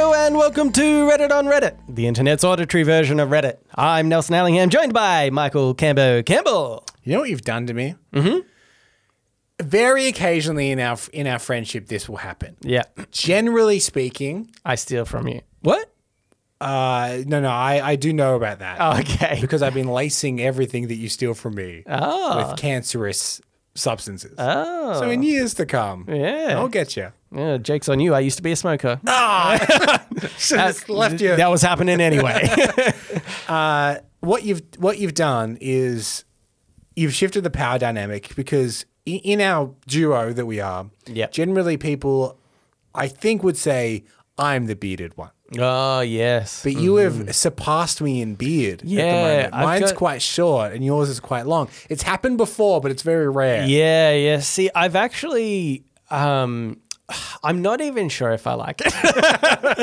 Welcome to Reddit on Reddit, the internet's auditory version of Reddit. I'm Nelson Allingham, joined by Michael Cambo Campbell. You know what you've done to me? Mm-hmm. Very occasionally in our in our friendship, this will happen. Yeah, Generally speaking, I steal from you. What? uh, no, no, I, I do know about that Oh, okay. because I've been lacing everything that you steal from me Oh, with cancerous substances. oh. So in years to come, Yeah. I'll get you. yeah, joke's on you. I used to be a smoker. Should Uh, have left you. That was happening anyway. what you've what you've done is you've shifted the power dynamic because i- in our duo that we are, Yep. generally people I think would say I'm the bearded one. oh, yes. But you have surpassed me in beard at Mm-hmm. Yeah, the moment. I've Mine's got- quite short and yours is quite long. It's happened before, but it's very rare. Yeah, yeah. See, I've actually, um, I'm not even sure if I like it.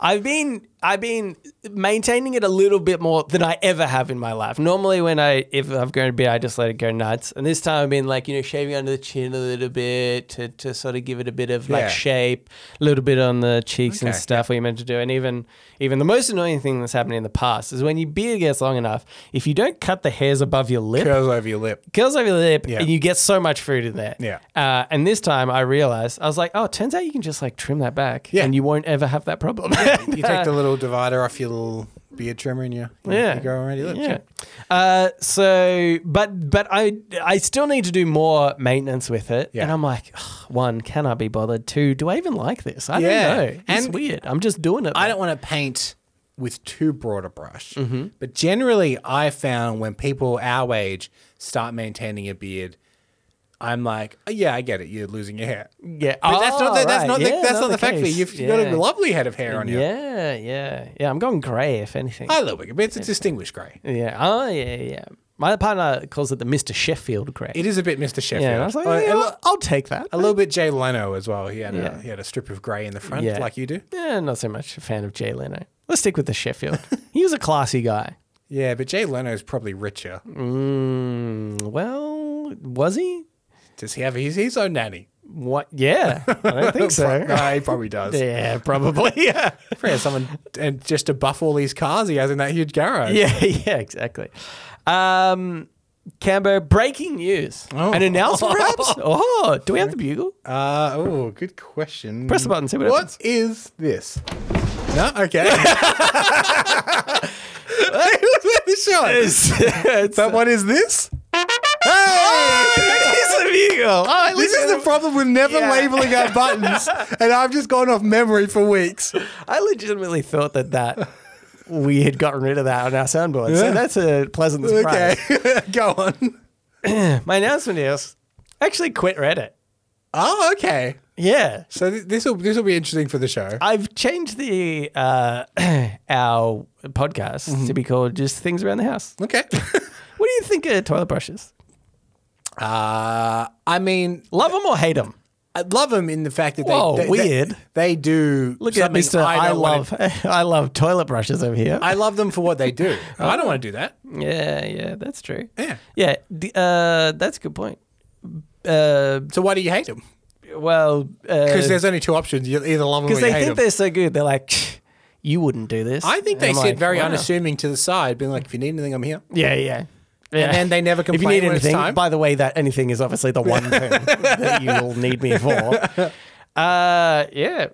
I've been, I've been maintaining it a little bit more than I ever have in my life. Normally, when I, if I've grown a beard, I just let it go nuts. And this time, I've been like, you know, shaving under the chin a little bit to, to sort of give it a bit of like Yeah. shape, a little bit on the cheeks and Okay. stuff. What you're meant to do, and even, even the most annoying thing that's happened in the past is when your beard gets long enough, if you don't cut the hairs above your lip Curls over your lip. curls over the lip, Yeah. and you get so much food in there. Yeah. Uh, and this time I realized I was like, oh, it turns out you can just like trim that back, Yeah. and you won't ever have that problem. You take the little divider off your little beard trimmer and you, you, Yeah. you go around your lips. yeah. Uh, so, but but I I still need to do more maintenance with it, Yeah. and I'm like, "Ugh, one, can I be bothered? Two, do I even like this? I Yeah. don't know. It's And- weird. I'm just doing it. I don't want to paint with too broad a brush, Mm-hmm. but generally, I found when people our age start maintaining a beard, I'm like, oh, yeah, I get it. You're losing your hair, but Yeah, that's not the, Oh, that's right. not the, Yeah, that's not, the, fact for you. case. You've yeah. got a lovely head of hair on you. Yeah, yeah, yeah. I'm going grey, if anything. I love it, but it's a distinguished grey. Yeah. Oh, yeah, yeah. My partner calls it the Mr. Sheffield grey. It is a bit Mr. Sheffield. yeah. And I was like, yeah, Uh, a, I'll, lo- I'll take that. a little bit Jay Leno as well. He had Yeah. a he had a strip of grey in the front, Yeah. like you do. Yeah, not so much a fan of Jay Leno. Let's stick with the Sheffield. he was a classy guy. Yeah, but Jay Leno is probably richer. Mm, well, was he? Does he have his, his own nanny? What? Yeah, I don't think so. no, he probably does. yeah, probably. Yeah. Yeah, someone and just to buff all these cars he has in that huge garage. Yeah, yeah, exactly. Um, Cambo, breaking news. Oh. An announcement, perhaps? Oh, do we have the bugle? Uh, oh, good question. Press the button, see what happens. What is this? No, okay. Sure. it's, But what is this? it is the bugle. Oh, This is the problem with never Yeah. labeling our buttons, and I've just gone off memory for weeks. I legitimately thought that that we had gotten rid of that on our soundboard. So Yeah. that's a pleasant surprise. Okay, go on. My announcement is I actually quit Reddit. Oh, okay. Yeah. So this will this will be interesting for the show. I've changed the uh, our podcast Mm-hmm. to be called just things around the house. Okay. What do you think of toilet brushes? uh, I mean, Love them or hate them? I love them in the fact that they, Whoa, they- weird. They, they do Look something at Mister. I, don't wanna- love I love toilet brushes over here. I love them for what they do. I don't want to do that. yeah, yeah, that's true. Yeah. yeah. d- uh, that's a good point. Uh, So why do you hate them? well, uh, Because because there's only two options. You either love them or because you they hate think them. they're so good. They're like, "Tch, you wouldn't do this. I think they And I'm sit like, very wow. unassuming to the side, being like, "If you need anything, I'm here." Yeah, yeah. Yeah. then they never If you need complain when it's anything, time. by the way, that anything is obviously the one thing that you will need me for. Uh, yeah.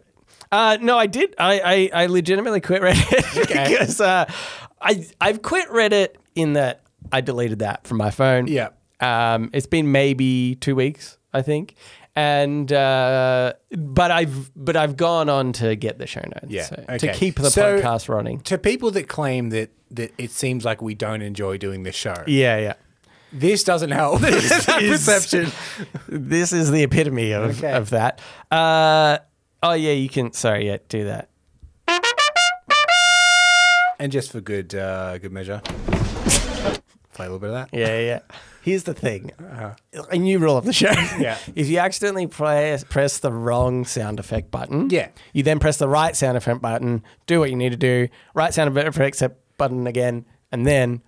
Uh, no, I did. I, I, I legitimately quit Reddit because uh, I I've quit Reddit in that I deleted that from my phone. Yeah. Um, it's been maybe two weeks, I think. And uh, but I've but I've gone on to get the show notes. Yeah, so- To okay. keep the So- podcast running. To people that claim that that it seems like we don't enjoy doing this show, Yeah, yeah. this doesn't help. That is- perception. this is the epitome of, Okay. of that. Uh, oh yeah, you can. Sorry, yeah, do that. And just for good uh, good measure, play a little bit of that. Yeah, yeah. Uh-huh. Here's the thing. A new rule of the show. Yeah. if you accidentally press press the wrong sound effect button, Yeah. you then press the right sound effect button. Do what you need to do. Right sound effect button again, and then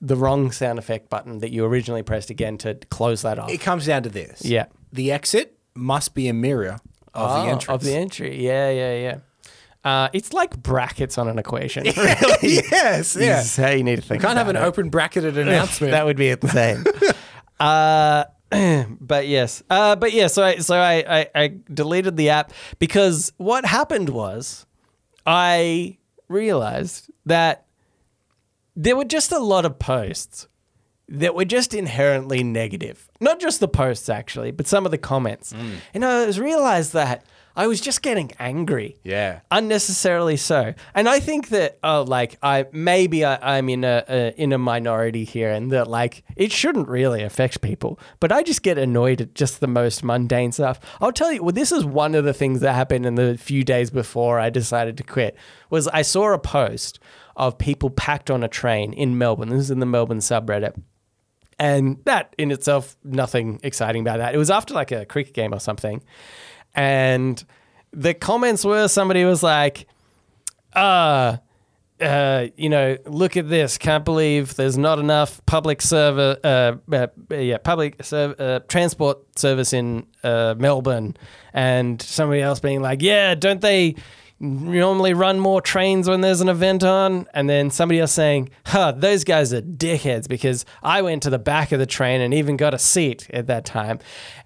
the wrong sound effect button that you originally pressed again to close that off. It comes down to this. Yeah. the exit must be a mirror of Oh, the entrance. Of the entry. Yeah, yeah, yeah. Uh, it's like brackets on an equation. yes, yeah. Is how you need to think. Can't have about an it. open bracketed announcement. That would be insane. uh, but yes, uh, but yeah. So I so I, I I deleted the app because what happened was I realized that there were just a lot of posts that were just inherently negative. Not just the posts actually, but some of the comments. And I was realized that I was just getting angry yeah. unnecessarily so. And I think that oh, like I maybe I, I'm in a, a in a minority here, and that like it shouldn't really affect people. But I just get annoyed at just the most mundane stuff. I'll tell you, well, this is one of the things that happened in the few days before I decided to quit. Was I saw a post of people packed on a train in Melbourne. This is in the Melbourne subreddit. And that in itself, nothing exciting about that. It was after like a cricket game or something. And the comments were somebody was like, uh, uh, you know, look at this. Can't believe there's not enough public server, uh, uh, yeah, public serv- uh, transport service in uh, Melbourne. And somebody else being like, yeah, don't they normally run more trains when there's an event on? And then somebody else saying, huh, those guys are dickheads because I went to the back of the train and even got a seat at that time.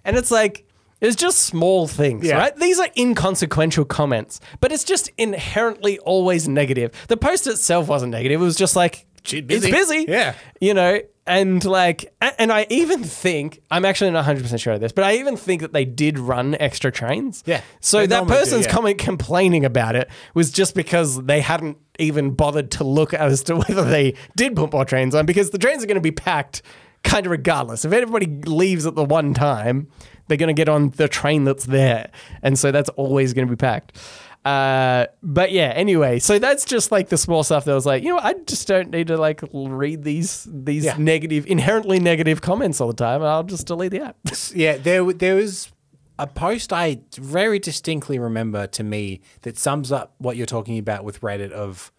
And it's like, it's just small things, Yeah. right? These are inconsequential comments, but it's just inherently always negative. The post itself wasn't negative. It was just like, She busy. it's busy. Yeah. You know, and like, a- and I even think, I'm actually not 100% sure of this, but I even think that they did run extra trains. Yeah. So They that normally do, person's yeah. comment complaining about it was just because they hadn't even bothered to look as to whether they did put more trains on because the trains are going to be packed kind of regardless. If everybody leaves at the one time, they're going to get on the train that's there. And so that's always going to be packed. Uh, but yeah, anyway, so that's just like the small stuff that was like, you know, what, I just don't need to like l- read these, these Yeah. negative, inherently negative comments all the time. I'll just delete the app. yeah, there w- there was a post I very distinctly remember to me that sums up what you're talking about with Reddit of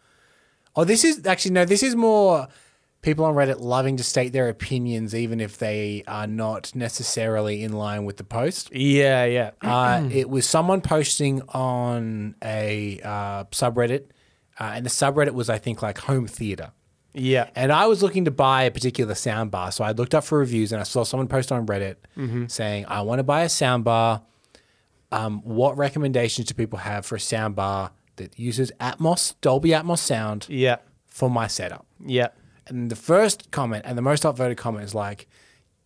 Oh, this is actually no, this is more people on Reddit loving to state their opinions even if they are not necessarily in line with the post. yeah. Yeah. Uh, it was someone posting on a uh, subreddit, uh, and the subreddit was, I think, like home theater. yeah. And I was looking to buy a particular soundbar. So I looked up for reviews and I saw someone post on Reddit Mm-hmm. saying, I want to buy a soundbar. Um, what recommendations do people have for a soundbar that uses Atmos, Dolby Atmos sound Yeah. for my setup? Yeah. And the first comment and the most upvoted comment is like,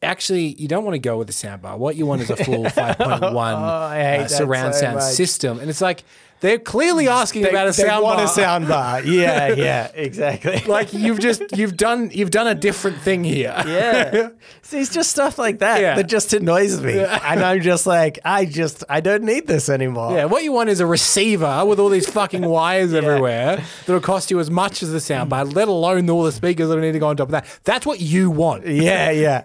actually, you don't want to go with a soundbar. What you want is a full 5.1 Oh, I hate uh, that surround so sound much. system. And it's like, they're clearly asking about a they soundbar. want a sound bar. Yeah, yeah, exactly. like you've just you've done you've done a different thing here. yeah. See, it's just stuff like that Yeah. that just annoys me. And I'm just like, I just, I don't need this anymore. Yeah, what you want is a receiver with all these fucking wires everywhere that'll cost you as much as the soundbar, let alone all the speakers that need to go on top of that. That's what you want. Yeah, yeah.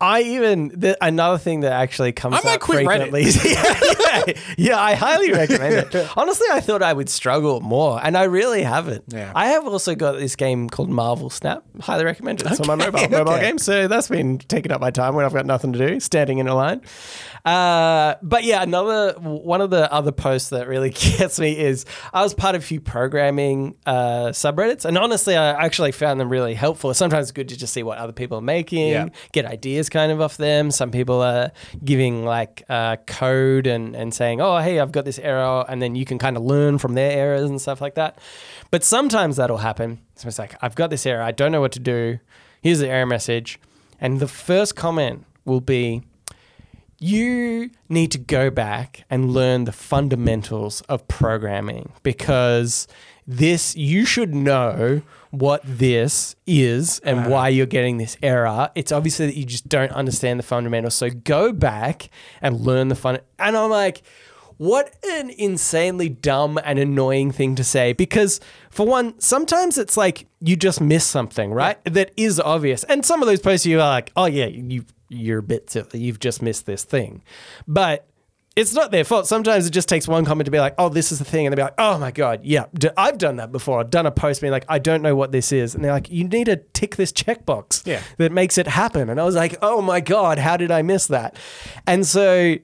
I even the, another thing that actually comes I might up quit Reddit. frequently. yeah, yeah, yeah, I highly recommend it. Honestly, I thought I would struggle more, and I really haven't. Yeah. I have also got this game called Marvel Snap. Highly recommend it. It's on my mobile mobile okay. game, so that's been taking up my time when I've got nothing to do, standing in a line. Uh, but yeah, another one of the other posts that really gets me is I was part of a few programming uh, subreddits, and honestly, I actually found them really helpful. Sometimes it's good to just see what other people are making Yeah. get ideas kind of off them. Some people are giving like uh, code and, and saying, oh, hey, I've got this error. And then you can kind of learn from their errors and stuff like that. But sometimes that'll happen. So it's like, I've got this error. I don't know what to do. Here's the error message. And the first comment will be, you need to go back and learn the fundamentals of programming because this you should know what this is and why you're getting this error. It's obviously that you just don't understand the fundamentals. So go back and learn the fun. And I'm like, what an insanely dumb and annoying thing to say. Because, for one, sometimes it's like you just miss something, right? That is obvious. And some of those posts you are like, oh, yeah, you, you're a bit silly. You've just missed this thing. But it's not their fault. Sometimes it just takes one comment to be like, oh, this is the thing. And they'll be like, oh my God, yeah, d- I've done that before. I've done a post being like, I don't know what this is. And they're like, you need to tick this checkbox Yeah. that makes it happen. And I was like, oh my God, how did I miss that? And so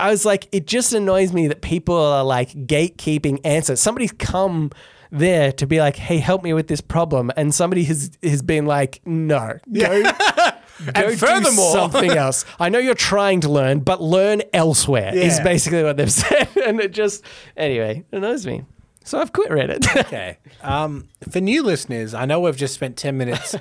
I was like, it just annoys me that people are like gatekeeping answers. Somebody's come there to be like, hey, help me with this problem. And somebody has, has been like, no, go, go do furthermore- something else. I know you're trying to learn, but learn elsewhere is Yeah. basically what they've said. And it just, anyway, it annoys me. So I've quit Reddit. Okay. Um, for new listeners, I know we've just spent 10 minutes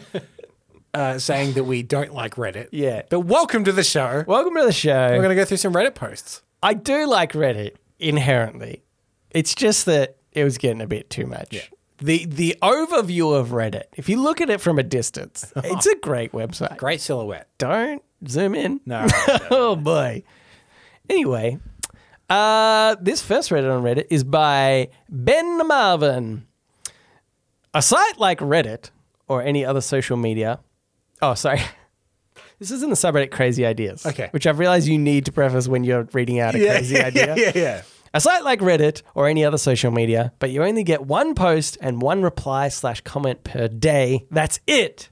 uh, saying that we don't like Reddit. Yeah. But welcome to the show. Welcome to the show. We're going to go through some Reddit posts. I do like Reddit inherently. It's just that it was getting a bit too much. The the overview of Reddit, if you look at it from a distance, it's a great website. Great silhouette. Don't zoom in. No. oh boy. Anyway, uh, this first Reddit on Reddit is by Ben Marvin. A site like Reddit or any other social media. Oh, sorry. This is in the subreddit Crazy Ideas. Okay. Which I've realized you need to preface when you're reading out a crazy idea. yeah, yeah. A site like Reddit or any other social media, but you only get one post and one reply slash comment per day. That's it.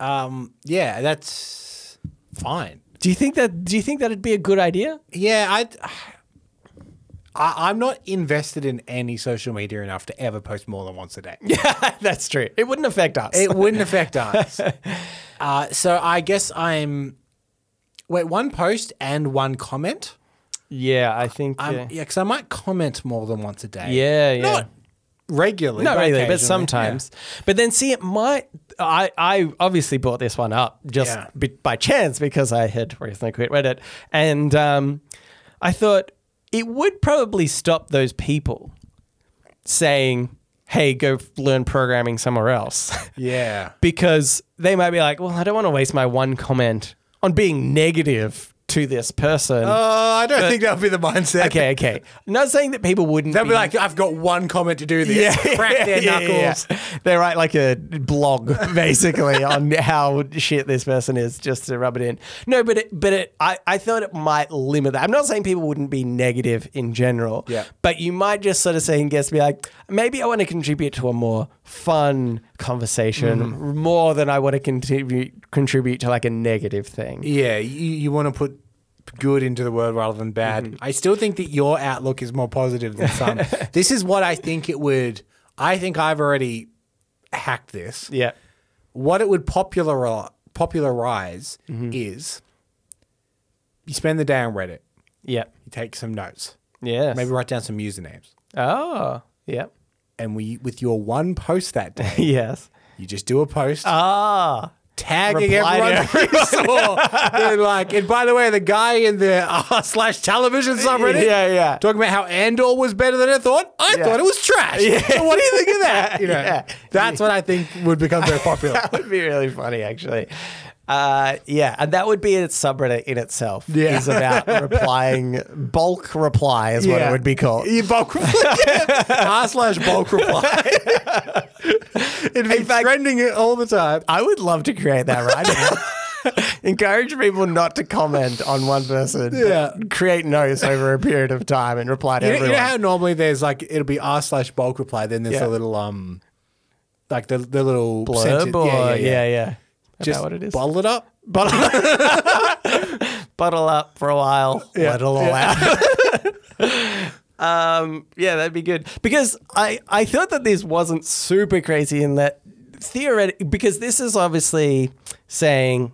Um, yeah, that's fine. Do you think that? Do you think that'd be a good idea? Yeah, I, I, I'm not invested in any social media enough to ever post more than once a day. Yeah, that's true. It wouldn't affect us. It wouldn't affect us. Uh, so I guess I'm. Wait, one post and one comment? yeah, I think. I'm, yeah, yeah. because I might comment more than once a day. Yeah, yeah. Not regularly. Not really, but occasionally. sometimes. But then, see, it might. I, I obviously brought this one up just Yeah. bi- by chance because I had recently quit Reddit. And um, I thought it would probably stop those people saying, hey, go f- learn programming somewhere else. Yeah. because they might be like, well, I don't want to waste my one comment on being negative to this person. Oh, I don't think that'll be the mindset. Okay, okay. Not saying that people wouldn't They'll be like, I've got one comment to do this. Crack their yeah, knuckles. yeah, yeah. They write like a blog basically on how shit this person is, just to rub it in. No, but it, but it, I, I thought it might limit that. I'm not saying people wouldn't be negative in general, Yeah. But you might just sort of second guess, be like, maybe I want to contribute to a more fun conversation Mm-hmm. more than I want to contribute contribute to like a negative thing. Yeah, you, you want to put good into the word rather than bad. I still think that your outlook is more positive than some. this is what I think it would. I think I've already hacked this. Yeah. What it would popular popularize is you spend the day on Reddit, Yeah. you take some notes, Yes. maybe write down some usernames, Oh. Yeah. and we with your one post that day, yes. you just do a post. Ah. tagging Reply everyone, to you saw. They're like, and by the way, the guy in the r slash television subreddit, Yeah, yeah. talking about how Andor was better than I thought. I Yeah. thought it was trash. So what do you think of that? You know, Yeah. that's what I think would become very popular. that would be really funny, actually. Uh, yeah, and that would be a subreddit in itself. Yeah. is about replying bulk reply is what it would be called. You bulk r slash bulk reply. It'd be trending it all the time. I would love to create that right now. Encourage people not to comment on one person. but Yeah. create notes over a period of time and reply to You know, you everyone. know how normally there's like it'll be r slash bulk reply, then there's Yeah. a little um, like the the little Blurb sentence- or yeah, yeah, About Just what it is. bottle it up. Bottle up for a while. Yeah. Let it all out. um, yeah, that'd be good. Because I, I thought that this wasn't super crazy in that theoretically, because this is obviously saying,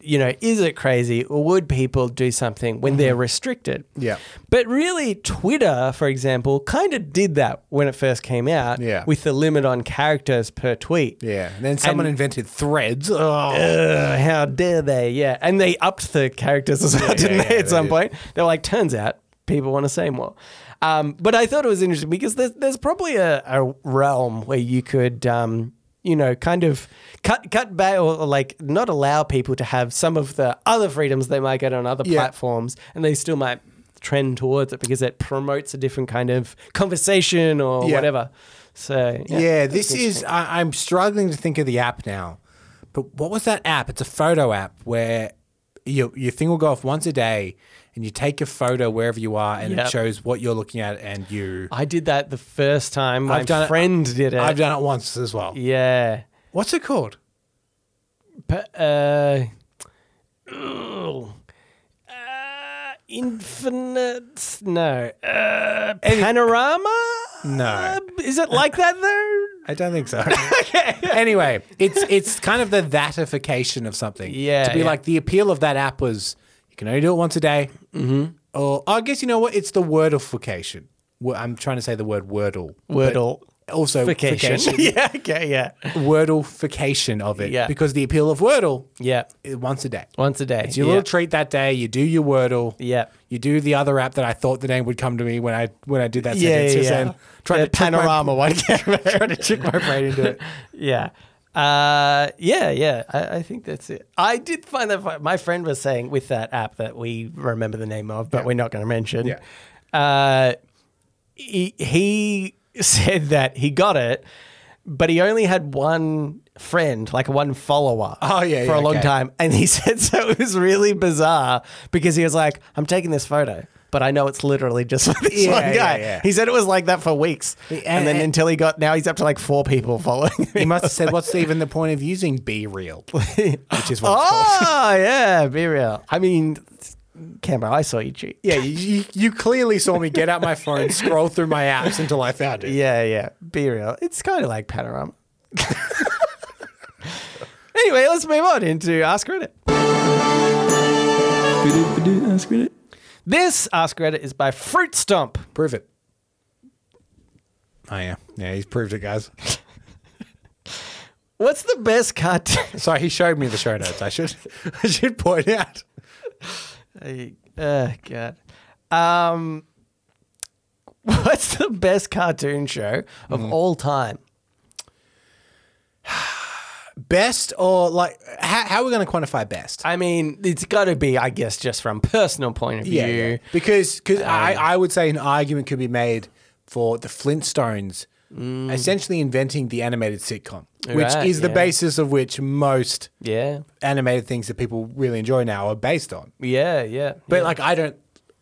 you know, is it crazy or would people do something when they're restricted? Mm-hmm. Yeah. But really, Twitter, for example, kind of did that when it first came out Yeah. with the limit on characters per tweet. Yeah. And then someone invented threads. Oh. Ugh, Uh, how dare they? Yeah, and they upped the characters as well, didn't yeah, they? yeah, At they some did. point, they're like, turns out people want to say more. Um, but I thought it was interesting because there's, there's probably a, a realm where you could, um, you know, kind of cut cut back or like not allow people to have some of the other freedoms they might get on other Yeah. platforms, and they still might trend towards it because it promotes a different kind of conversation or Yeah. whatever. So Yeah, this is. I, I'm struggling to think of the app now. But what was that app? It's a photo app where your, your thing will go off once a day and you take a photo wherever you are and Yep. it shows what you're looking at and you. I did that the first time. My I've done it- friend did it. I've done it once as well. Yeah. What's it called? But, uh, ugh. Uh, Infinite. No. Uh, panorama? Uh, No. is it like that though? I don't think so. okay. Anyway, it's it's kind of the thatification of something. Yeah, To be yeah. like the appeal of that app was you can only do it once a day. Mm-hmm. Or I guess you know what? It's the wordlification. Wo- I'm trying to say the word wordle. but Wordle. Also, Vacation. fication. yeah, okay, yeah. wordlefication of it. Yeah. Because the appeal of wordle Yeah. is once a day. Once a day. It's your yeah. little treat that day. You do your wordle. Yeah. You do the other app that I thought the name would come to me when I when I did that Yeah, sentence. yeah, Just yeah. then Trying The to trick my- panorama one. trying to trick my brain into it. Yeah. Uh, yeah, yeah. I, I think that's it. I did find that fu- my friend was saying with that app that we remember the name of, but we're not going to mention. Yeah. Uh, he, he said that he got it, but he only had one friend, like one follower. Oh, yeah, for yeah, a long okay. time, and he said so it was really bizarre because he was like, "I'm taking this photo." But I know it's literally just for this Yeah, one guy. yeah, yeah. He said it was like that for weeks, Yeah, and then and- until he got now he's up to like four people following. him. He must have said, "What's even the point of using Be Real?" Which is what. it's called. Oh yeah, be real. I mean, Canberra, I saw you cheat. Yeah, you, you clearly saw me get out my phone, scroll through my apps until I found it. Yeah, yeah. Be real. It's kind of like panorama. anyway, let's move on into Ask Reddit. Ask Reddit. This Ask Reddit is by Fruit Stomp. Prove it. Oh yeah, yeah, he's proved it, guys. What's the best cartoon? Sorry, he showed me the show notes. I should, I should point out. oh god. Um, what's the best cartoon show of Mm-hmm. all time? Best or like, how, how are we going to quantify best? I mean, it's got to be, I guess, just from personal point of view. Yeah, yeah. because because I, I would say an argument could be made for the Flintstones essentially inventing the animated sitcom, which Right, is the yeah. basis of which most Yeah, animated things that people really enjoy now are based on. yeah, yeah. But like, I don't.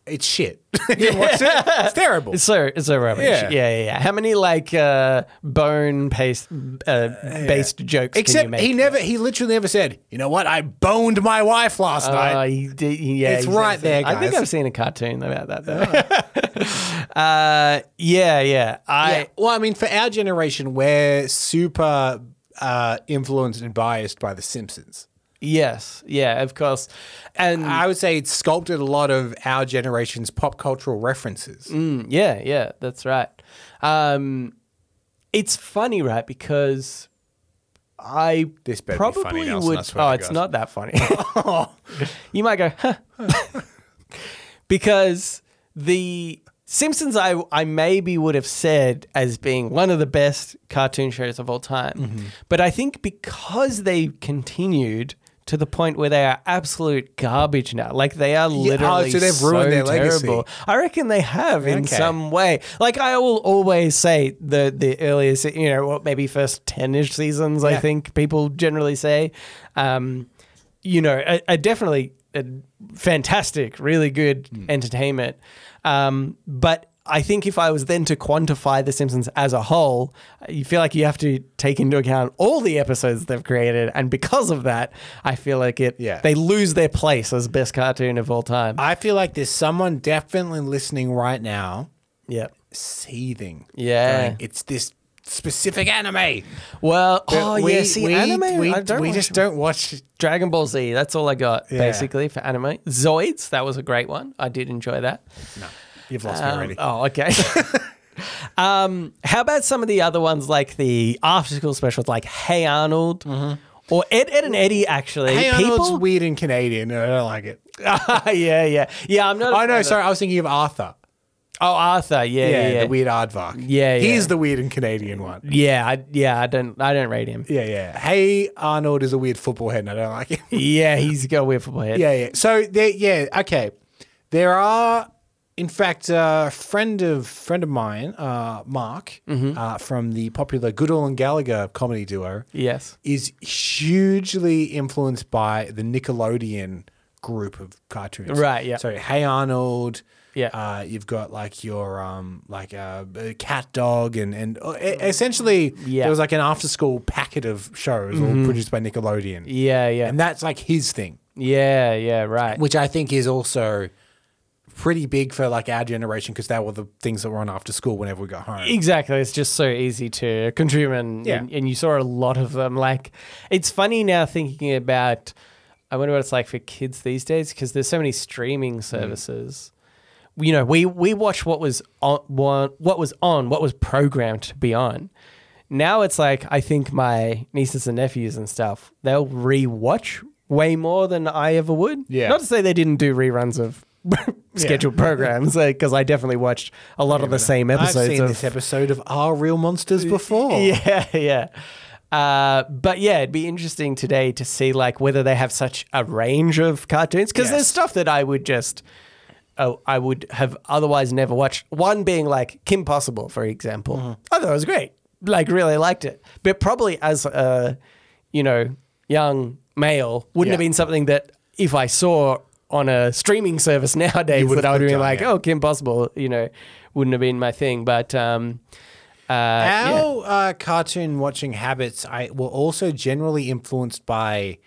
It's shit. If you watch it, it's terrible. It's so it's so rubbish. Yeah, Yeah. yeah, yeah. How many like uh, bone paste uh, based jokes? can you Except make? he never. He literally never said. You know what? I boned my wife last Oh, night. he did, yeah, It's he's right there, I think guys. I've seen a cartoon about that. Though. uh, yeah, yeah. I Yeah. Well, I mean, for our generation, we're super uh, influenced and biased by The Simpsons. yes, yeah, of course. And I would say it's sculpted a lot of our generation's pop cultural references. Mm, yeah, yeah, that's right. Um, it's funny, right? Because I This better be funny, probably Nelson, I would. swear Oh, to it's God. not that funny. you might go, huh? because the Simpsons, I I maybe would have said as being one of the best cartoon shows of all time, Mm-hmm. but I think because they continued. To the point where they are absolute garbage now. Like they are oh, literally so they've ruined so their legacy. terrible. I reckon they have in Okay. some way. Like I will always say the the earliest, you know, what maybe first ten ish seasons. I Yeah. think people generally say, um, you know, a, a definitely a fantastic, really good Hmm. entertainment. Um, but I think if I was then to quantify The Simpsons as a whole, you feel like you have to take into account all the episodes they've created, and because of that, I feel like it Yeah. they lose their place as best cartoon of all time. I feel like there's someone definitely listening right now, yeah. seething. Yeah. going, it's this specific anime. Well, oh that we- yeah, see, we- anime. We, I don't we watch just don't watch. Dragon Ball Z. That's all I got Yeah. basically for anime. Zoids. That was a great one. I did enjoy that. You've lost me Um, already. oh, okay. um, how about some of the other ones like the after school specials, like Hey Arnold, or Ed, Ed and Eddie? Actually, Mm-hmm. Hey Arnold's people. weird and Canadian, and I don't like it. yeah, yeah, yeah. I'm not. a Oh no, fan of- sorry, I was thinking of Arthur. Oh, Arthur. Yeah, Yeah, yeah, yeah. the weird aardvark. Yeah, he's yeah. the weird and Canadian one. yeah, I, yeah. I don't. I don't rate him. Yeah, yeah. Hey Arnold is a weird football head, and I don't like him. Yeah, he's got a weird football head. Yeah, yeah. So there, yeah, okay. There are, in fact, a friend of friend of mine, uh, Mark, uh, from the popular Goodall and Gallagher comedy duo, Yes. is hugely influenced by the Nickelodeon group of cartoons. Right, yeah. So Hey Arnold. Yeah. Uh, you've got like your um like uh, a cat dog and and uh, e- essentially Yeah. Mm-hmm. there was like an after school packet of shows all produced by Nickelodeon. Yeah, yeah, And that's like his thing yeah, yeah. Right. which I think is also pretty big for like our generation because they were the things that were on after school whenever we got home. Exactly. It's just so easy to consume and, Yeah. and and you saw a lot of them. Like it's funny now thinking about I wonder what it's like for kids these days because there's so many Mm. streaming services. You know, we we watch what was on what, what was on, what was programmed to be on. Now it's like I think my nieces and nephews and stuff, they'll re-watch way more than I ever would. Yeah. Not to say they didn't do reruns of scheduled programs because I definitely watched a lot of the same episodes I've seen of this episode of Are Real Monsters before. yeah, yeah. Uh, but yeah, it'd be interesting today to see like whether they have such a range of cartoons because there's Yes. stuff that I would just, oh, I would have otherwise never watched. One being like Kim Possible, for example. Mm-hmm. I thought it was great, like really liked it, but probably as a, you know, young male wouldn't have Yeah. been something that if I saw on a streaming service nowadays would that I have would clicked be on, like, yeah. oh, Kim Possible, you know, wouldn't have been my thing, but. um uh, yeah. Our uh, cartoon watching habits I, were also generally influenced by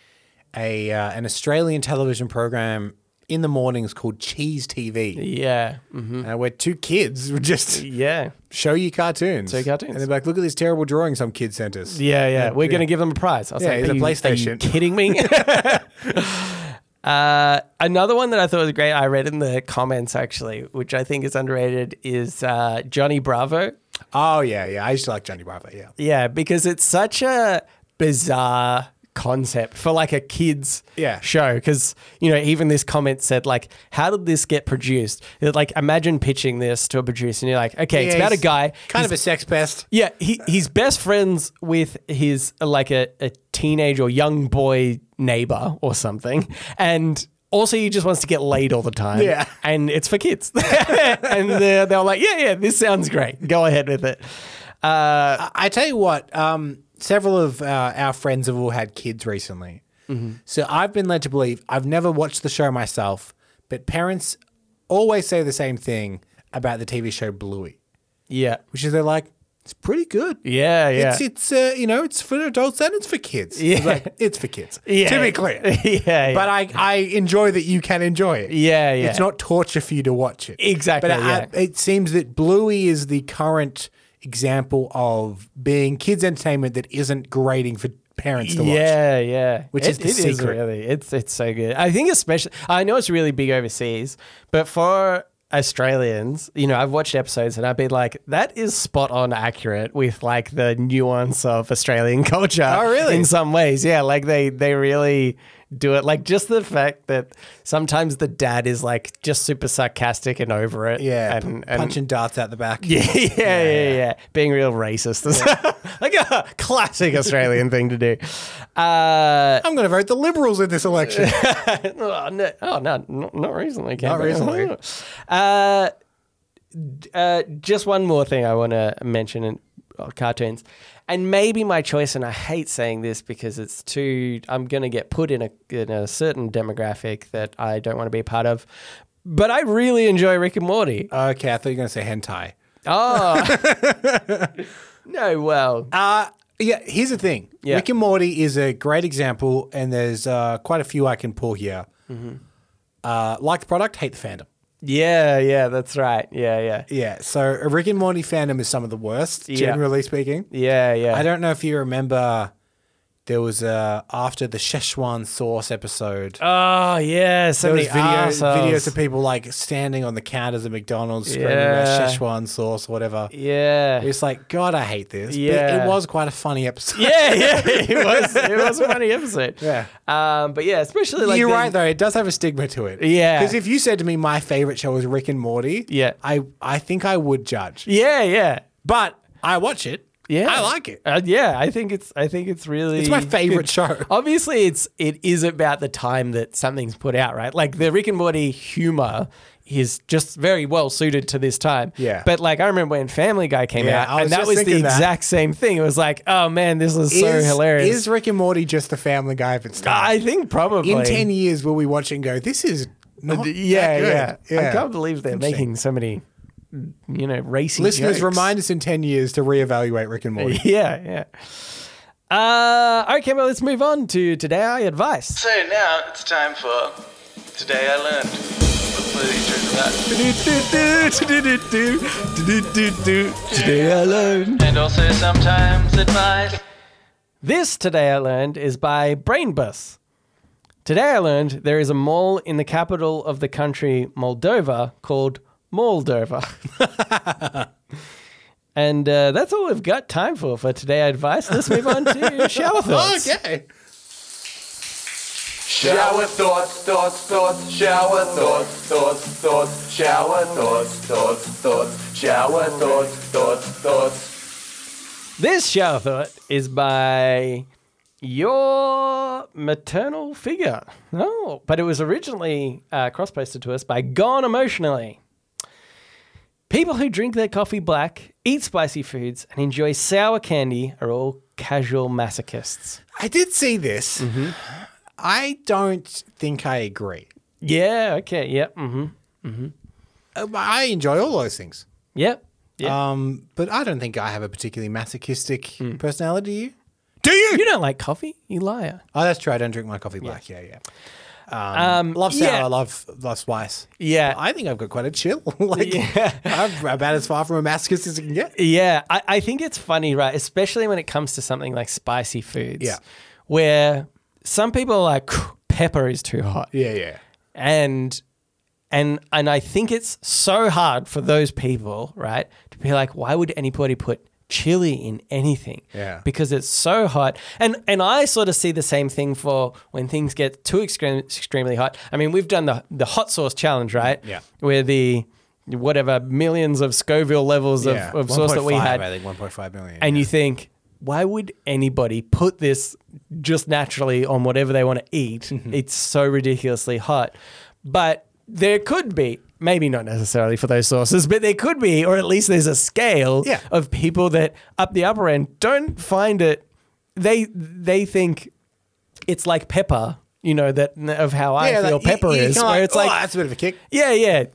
a uh, an Australian television program in the mornings called Cheese TV, Yeah. Mm-hmm. uh, where two kids would just Yeah. show you cartoons. Show you cartoons. And they're like, look at this terrible drawing some kid sent us. Yeah, yeah. We're going to give them a prize. I was Yeah, like, here's are a you, Are you PlayStation." kidding me? uh, another one that I thought was great, I read in the comments actually, which I think is underrated, is uh, Johnny Bravo. Oh, yeah, yeah. I used to like Johnny Bravo, yeah. Yeah, because it's such a bizarre concept for like a kids Yeah. show because you know even this comment said like how did this get produced It- like imagine pitching this to a producer and you're like okay it's Yeah, about a he's guy Kind of a sex pest. Yeah, he he's best friends with his uh, like a, a teenage or young boy neighbor or something, and also he just wants to get laid all the time. Yeah. and it's for kids, and they're, they're like, yeah, yeah, this sounds great. Go ahead with it. Uh, I- I tell you what, um, several of uh, our friends have all had kids recently. Mm-hmm. So I've been led to believe, I've never watched the show myself, but parents always say the same thing about the TV show Bluey, yeah, which is they're like, it's pretty good. yeah, yeah. It's, it's uh, you know, it's for adults and it's for kids. Yeah. It's, like, it's for kids, yeah. to be clear. yeah, yeah. But I, I enjoy that you can enjoy it. yeah, yeah. It's not torture for you to watch it. Exactly, But yeah. I, it seems that Bluey is the current example of being kids' entertainment that isn't grating for parents to watch. Yeah, yeah. Which It- is the it secret. really. It's it's so good. I think especially I know it's really big overseas, but for Australians, you know, I've watched episodes and I've been like, that is spot on accurate with like the nuance of Australian culture. Oh, really? In some ways, yeah. Like they they really do it. Like just the fact that sometimes the dad is like just super sarcastic and over it. Yeah. and, p- and punching darts out the back. yeah, yeah, yeah, yeah, Being real racist. like a classic Australian thing to do. Uh, I'm going to vote the Liberals in this election. oh, no, oh, no, not, not recently. Campbell. recently. Uh, d- uh, just one more thing I want to mention in oh, cartoons. And maybe my choice, and I hate saying this because it's too, I'm going to get put in a, in a certain demographic that I don't want to be a part of. But I really enjoy Rick and Morty. okay, I thought you were going to say hentai. Oh. no, well. Uh, yeah, here's the thing Yeah. Rick and Morty is a great example, and there's uh, quite a few I can pull here. Mm-hmm. Uh, like the product, hate the fandom. Yeah, yeah, that's right. Yeah, yeah. Yeah, so a Rick and Morty fandom is some of the worst, Yeah. generally speaking. Yeah, yeah. I don't know if you remember, there was a after the Szechuan sauce episode. Oh, yeah. So there was many video, arseholes. videos of people like standing on the counters at McDonald's screaming Yeah. about Szechuan sauce or whatever. Yeah. It's like God, I hate this. but Yeah. it was quite a funny episode. Yeah, yeah. It was it was a funny episode. Yeah. Um, but yeah, especially like You're the- right though; it does have a stigma to it. Yeah. because if you said to me my favorite show was Rick and Morty, Yeah. I I think I would judge, Yeah, yeah. but I watch it. Yeah. I like it. Uh, yeah, I think it's I think it's really It's my favorite good. show. Obviously, it's it is about the time that something's put out, right? Like the Rick and Morty humor is just very well suited to this time. Yeah. But like I remember when Family Guy came Yeah, out, I was and that just was the thinking that. exact same thing. It was like, oh man, this is, so is, hilarious. Is Rick and Morty just the Family Guy of its time? I think probably in 10 years will we watch and go this is not Uh, yeah, that yeah, good. yeah Oh, I can't believe they're Interesting. making so many, you know, racy listeners jokes. remind us in 10 years to reevaluate rick and morty Yeah, yeah. Uh, okay, well, let's move on to today I advice. So now it's time for Today I Learned. movies during the night. Today I learned. And also sometimes advice. This Today I Learned is by Brainbus. Today I learned there is a mall in the capital of the country, Moldova, called Moldova. and uh, that's all we've got time for for today advice. Let's move on to shower thoughts. Okay. Shower thoughts, thoughts, thoughts, shower thoughts, thoughts, thoughts, shower thoughts, thoughts, thoughts, shower thoughts, thoughts, thoughts. This shower thought is by your maternal figure. No, but it was originally uh, cross posted to us by Gone Emotionally. People who drink their coffee black, eat spicy foods, and enjoy sour candy are all casual masochists. I did see this. Mm-hmm. I don't think I agree. Yeah, okay, yep, mm-hmm. Uh, I enjoy all those things. Yep. Yeah. Um, but I don't think I have a particularly masochistic Hmm. personality. Do you? Do you? you don't like coffee, you liar. Oh, that's true. I don't drink my coffee black. Yeah, yeah. Um, Love sour. yeah. I love love spice. Yeah. I think I've got quite a chill. like, Yeah. I'm about as far from a masochist as I can get. Yeah, I, I think it's funny, right? Especially when it comes to something like spicy foods. Yeah. Where some people are like "Phew, pepper is too hot. Yeah, yeah. And and and I think it's so hard for those people, right, to be like, why would anybody put chili in anything? Yeah. Because it's so hot. And and I sort of see the same thing for when things get too extreme, extremely hot. I mean, we've done the the hot sauce challenge, right? Yeah. Where the whatever millions of Scoville levels yeah. of, of sauce that we 1.5, had I think 1.5 million. and you think, why would anybody put this just naturally on whatever they want to eat? Mm-hmm. It's so ridiculously hot. But there could be, maybe not necessarily for those sauces, but there could be, or at least there's a scale Yeah. of people that up the upper end don't find it. They they think it's like pepper, you know, that of how I feel like, you- pepper you is. kinda Where like, it's like oh, that's a bit of a kick. yeah, yeah. It-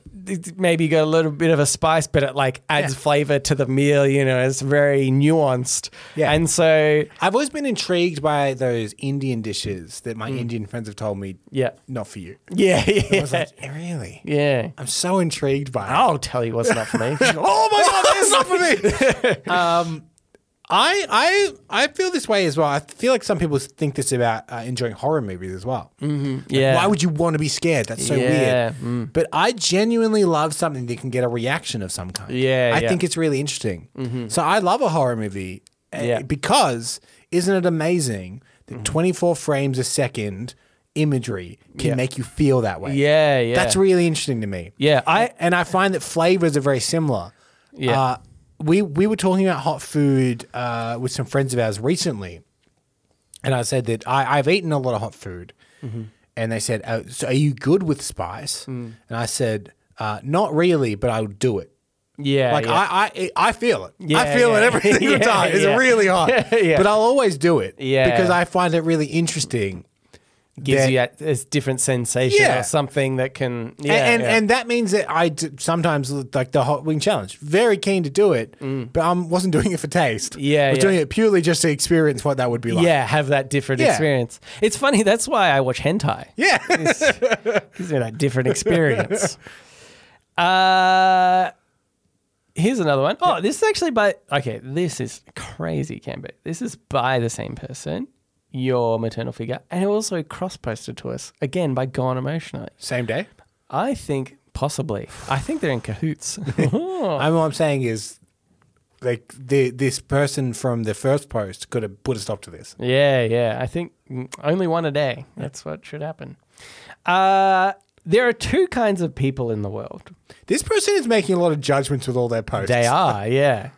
Maybe you got a little bit of a spice, but it like adds Yeah. flavor to the meal. You know, it's very nuanced. Yeah. And so, I've always been intrigued by those Indian dishes that my Indian friends have told me, Yeah. not for you. yeah, I yeah, was like, "Eh, really? yeah. I'm so intrigued by it. I'll tell you what's not for me. oh my god, that's not for me. um, I I I feel this way as well. I feel like some people think this about uh, enjoying horror movies as well. yeah. Why would you want to be scared? That's so Yeah, mm. weird. But I genuinely love something that can get a reaction of some kind. Yeah, I yeah. Mm-hmm. think it's really interesting. So I love a horror movie uh, Yeah. Mm-hmm. because isn't it amazing that 24 frames a second imagery can Yeah. make you feel that way? Yeah, yeah. That's really interesting to me. yeah. I and I find that flavors are very similar. Yeah. Uh, we we were talking about hot food uh, with some friends of ours recently, and I said that I, I've eaten a lot of hot food, Mm-hmm. and they said, oh, "So are you good with spice?" Mm. And I said, uh, "Not really, but I'll do it." yeah. Like yeah. I, I, I feel it. I Yeah, feel it yeah. every single Yeah, time. It's yeah. really hot, Yeah. but I'll always do it Yeah. because I find it really interesting. gives that- you that this different sensation Yeah. or something that can. Yeah, and and, yeah. and that means that I d- sometimes like the hot wing challenge. Very keen to do it, but I wasn't doing it for taste. Mm. Yeah, I was yeah. doing it purely just to experience what that would be like. yeah, have that different Yeah. experience. It's funny. That's why I watch hentai. yeah. gives me that different experience. uh, here's another one. Oh, this is actually by. Okay, this is crazy, Camber. This is by the same person, your maternal figure, and it also cross posted to us again by Gone Emotionally. Same day. I think possibly. I think they're in cahoots. Oh. I mean, what I'm saying is, like the this person from the first post could have put a stop to this. Yeah, yeah. I think mm, only one a day. That's what should happen. Uh, there are two kinds of people in the world. This person is making a lot of judgments with all their posts. They are, yeah.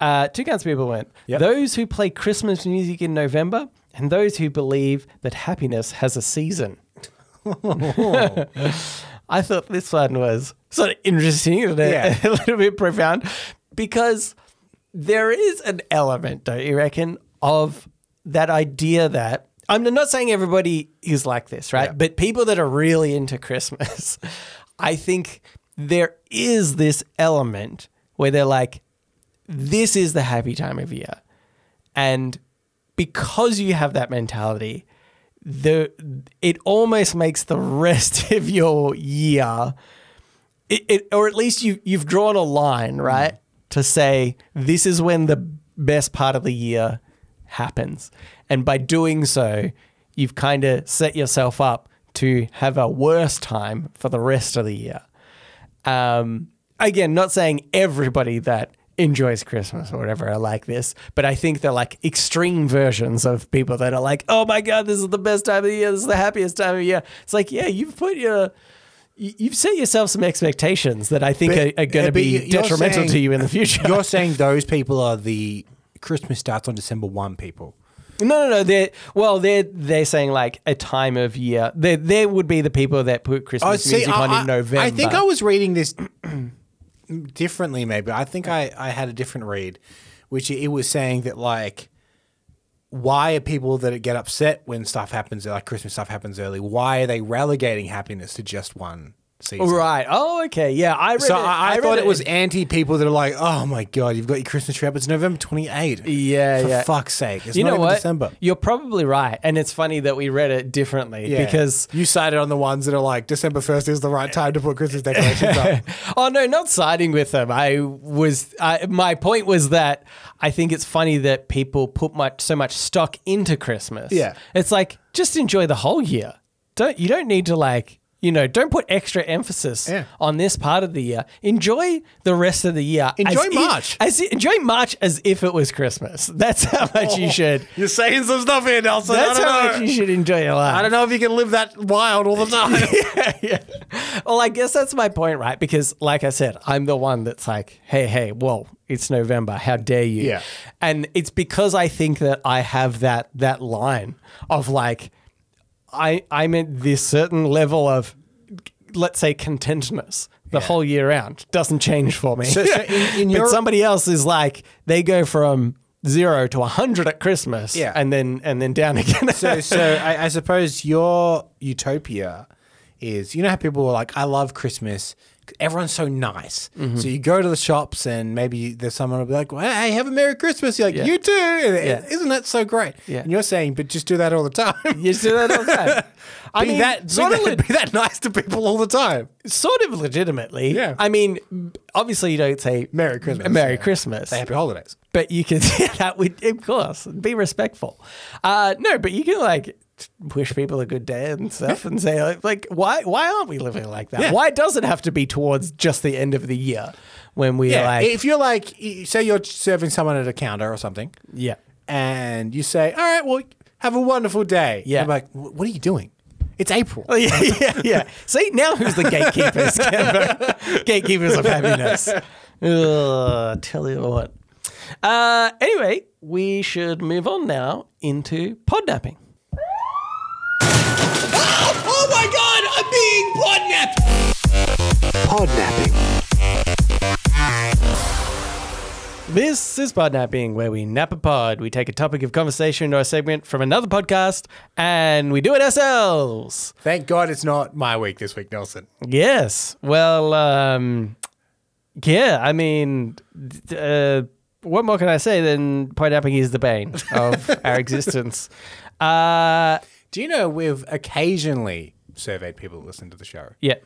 Uh, two kinds of people went Yep. those who play Christmas music in November, and those who believe that happiness has a season. I thought this one was sort of interesting and a, Yeah. a little bit profound because there is an element, don't you reckon, of that idea that I'm not saying everybody is like this, right? Yeah. But people that are really into Christmas, I think there is this element where they're like, this is the happy time of year. And because you have that mentality, the it almost makes the rest of your year it, it, or at least you you've drawn a line, right? To say this is when the best part of the year happens, and by doing so, you've kind of set yourself up to have a worse time for the rest of the year. Um, again, not saying everybody that enjoys Christmas or whatever are like this, but I think they're like extreme versions of people that are like, oh my God, this is the best time of the year. This is the happiest time of the year. It's like, yeah, you've put your. you- You've set yourself some expectations that I think But- are, are going uh, to but be you- you're detrimental saying- to you in the future. You're saying those people are the Christmas starts on December 1 people. No, no, no. They're well, they're they're saying like a time of year. There, there would be the people that put Christmas music on in November. Oh, I think I was reading this differently, maybe. I think I, I had a different read, which it was saying that, like, why are people that get upset when stuff happens, like Christmas stuff happens early, why are they relegating happiness to just one season? right. Oh, okay. Yeah, I read. So it, I, I, read thought it was anti people that are like, oh my God, you've got your Christmas tree up. It's November 28th. Yeah, For yeah. fuck's sake. It's you not know even what? December. You're probably right, and it's funny that we read it differently Yeah. because. you cited on the ones that are like December first is the right time to put Christmas decorations up. Oh no, not siding with them. I was. I, my point was that I think it's funny that people put much so much stock into Christmas. Yeah. it's like just enjoy the whole year. Don't you don't need to like you know don't put extra emphasis Yeah. on this part of the year. Enjoy the rest of the year. Enjoy as if- March. as i- enjoy March as if it was Christmas. That's how much Oh. you should. You're saying some stuff here, Nelson. That's how much you should enjoy your life. I don't know if you can live that wild all the time. Well, I guess that's my point, right? Because, like I said, I'm the one that's like, hey, hey, whoa, it's November. How dare you? Yeah. And it's because I think that I have that that line of like, I I'm at this certain level of, let's say, contentness the Yeah. whole year round. Doesn't change for me. So- so in- in but your- somebody else is like, they go from zero to hundred at Christmas, Yeah. and then and then down again. so, so I, I suppose your utopia is you know how people are like, I love Christmas. Everyone's so nice. So you go to the shops and maybe there's someone will be like, well, "Hey, have a Merry Christmas." You're like, Yeah. "You too." And Yeah. Isn't that so great? Yeah. And you're saying, "But just do that all the time." you see that all the time. I be mean, that, sort be, of that, lit- be that nice to people all the time. sort of legitimately. Yeah. I mean, obviously you don't say Merry Christmas. Merry Yeah. Christmas. Say happy holidays. But you can that would of course be respectful. Uh, no, but you can like wish people a good day and stuff and say like, like, why why aren't we living like that? Yeah. Why does it have to be towards just the end of the year when we are Yeah. like if you're like, y- say you're serving someone at a counter or something, yeah. and you say, "All right, well, have a wonderful day." Yeah. I'm like, "Wh- "What are you doing? It's April." Oh, yeah, yeah, yeah. See, now who's the gatekeepers? Kemper? gatekeepers of happiness. Ugh, tell you what. Uh, anyway, we should move on now into podnapping. Oh my God! I'm being podnapped. This is Podnapping, where we nap a pod. We take a topic of conversation or a segment from another podcast and we do it ourselves. Thank God it's not my week this week, Nelson. Yes. Well, um, yeah, I mean, d- uh, what more can I say than pineapping is the bane of our existence? Uh, Do you know we've occasionally surveyed people that listen to the show? yeah.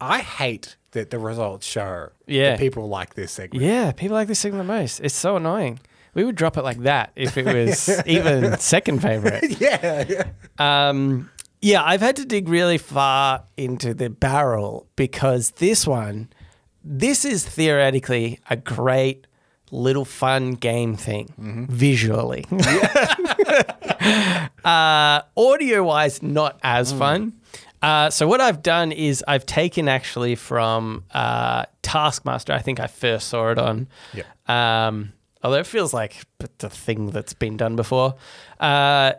I hate that the results show Yeah. that people like this segment. Yeah, people like this thing the most. It's so annoying. We would drop it like that if it was even second favorite. Yeah, Um, yeah, I've had to dig really far into the barrel because this one, this is theoretically a great little fun game thing visually. uh, audio wise, not as fun. Uh, so what I've done is I've taken actually from uh, Taskmaster. I think I first saw it on. Yep. Um, although it feels like the thing that's been done before. Uh,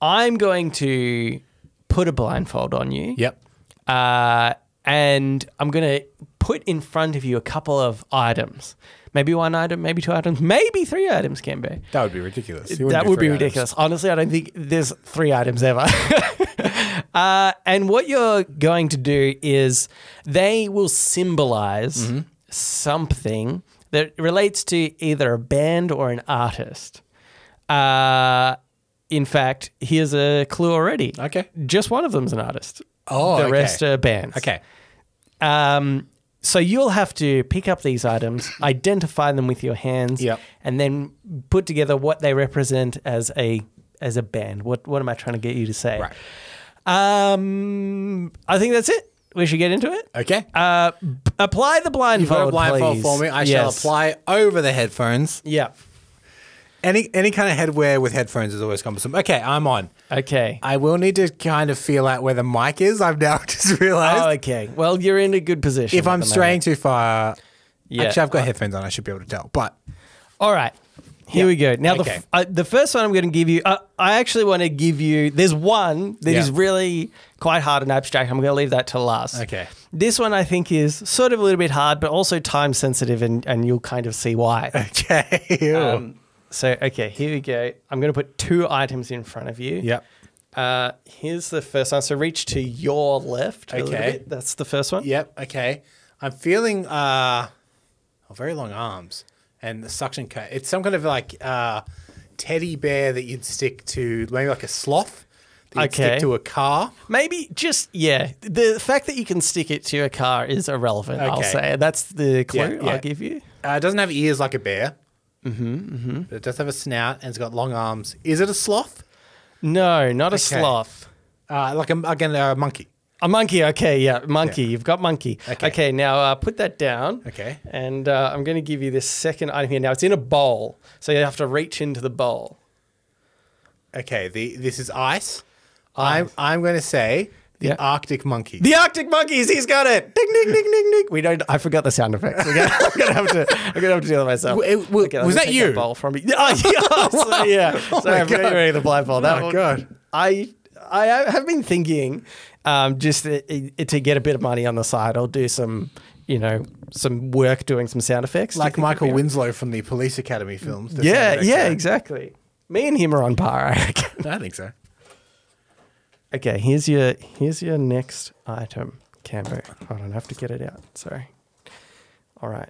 I'm going to put a blindfold on you. Yep. Uh, and I'm going to put in front of you a couple of items. Maybe one item, maybe two items, maybe three items can be. That would be ridiculous. You wouldn't That do would be three items. ridiculous. Honestly, I don't think there's three items ever. uh, and what you're going to do is they will symbolize Mm-hmm. something that relates to either a band or an artist. Uh, in fact, here's a clue already. Okay. Just one of them's an artist. Oh, the okay. rest are bands. Okay. Um, so you'll have to pick up these items, identify them with your hands, Yep. and then put together what they represent as a as a band. What what am I trying to get you to say? Right. Um, I think that's it. We should get into it. Okay. Uh, b- apply the You've blindfold. got a blindfold please. for me. I Yes. shall apply over the headphones. Yeah. Any any kind of headwear with headphones is always cumbersome. Okay, I'm on. Okay. I will need to kind of feel out where the mic is. I've now just realized. Oh, okay. Well, you're in a good position. if at I'm the straying moment. too far, Yeah. Uh, actually, I've got headphones on. I should be able to tell. But All right. Here we go. Now, the, Okay. f- uh, the first one I'm going to give you, uh, I actually want to give you, there's one that is Yeah. really quite hard and abstract. I'm going to leave that to last. Okay. This one I think is sort of a little bit hard, but also time sensitive, and, and you'll kind of see why. okay. Um, so, okay, here we go. I'm going to put two items in front of you. yep. Uh, here's the first one. So, reach to your left. A little Okay. bit. That's the first one. Yep. Okay. I'm feeling uh, oh, very long arms and the suction cup. It's some kind of like uh, teddy bear that you'd stick to, maybe like a sloth that you'd Okay. stick to a car. Maybe just yeah. The fact that you can stick it to a car is irrelevant. I'll Okay. say that's the clue Yeah, yeah. I'll give you. Uh, it doesn't have ears like a bear. Mm-hmm, But it does have a snout and it's got long arms. Is it a sloth? No, not a Okay. sloth. Uh, like a, again, a monkey. A monkey. Okay, yeah, monkey. You've got monkey. Okay, Okay. now uh, put that down. Okay. and uh, I'm going to give you this second item here. Now it's in a bowl, so you have to reach into the bowl. Okay, the this is ice. I'm I'm going to say the Yeah. Arctic monkey. The Arctic monkeys. He's got it. Ding ding ding ding ding. We don't. I forgot the sound effects. We're gonna, I'm gonna have to. I'm gonna have to deal with myself. W- it- w- let was me that take you? bowl from me. Oh, yeah. so, yeah. Oh Sorry, my I'm really God. ready the blindfold. That my one- God. I I have been thinking, um, just to, to get a bit of money on the side, I'll do some, you know, some work doing some sound effects. Do you like think it'd Michael be- Winslow from the Police Academy films. the sound Yeah. effects Yeah. guy. Exactly. Me and him are on par. I reckon. I think so. Okay, here's your here's your next item, Cambo. Hold on, I have to get it out. Sorry. All right.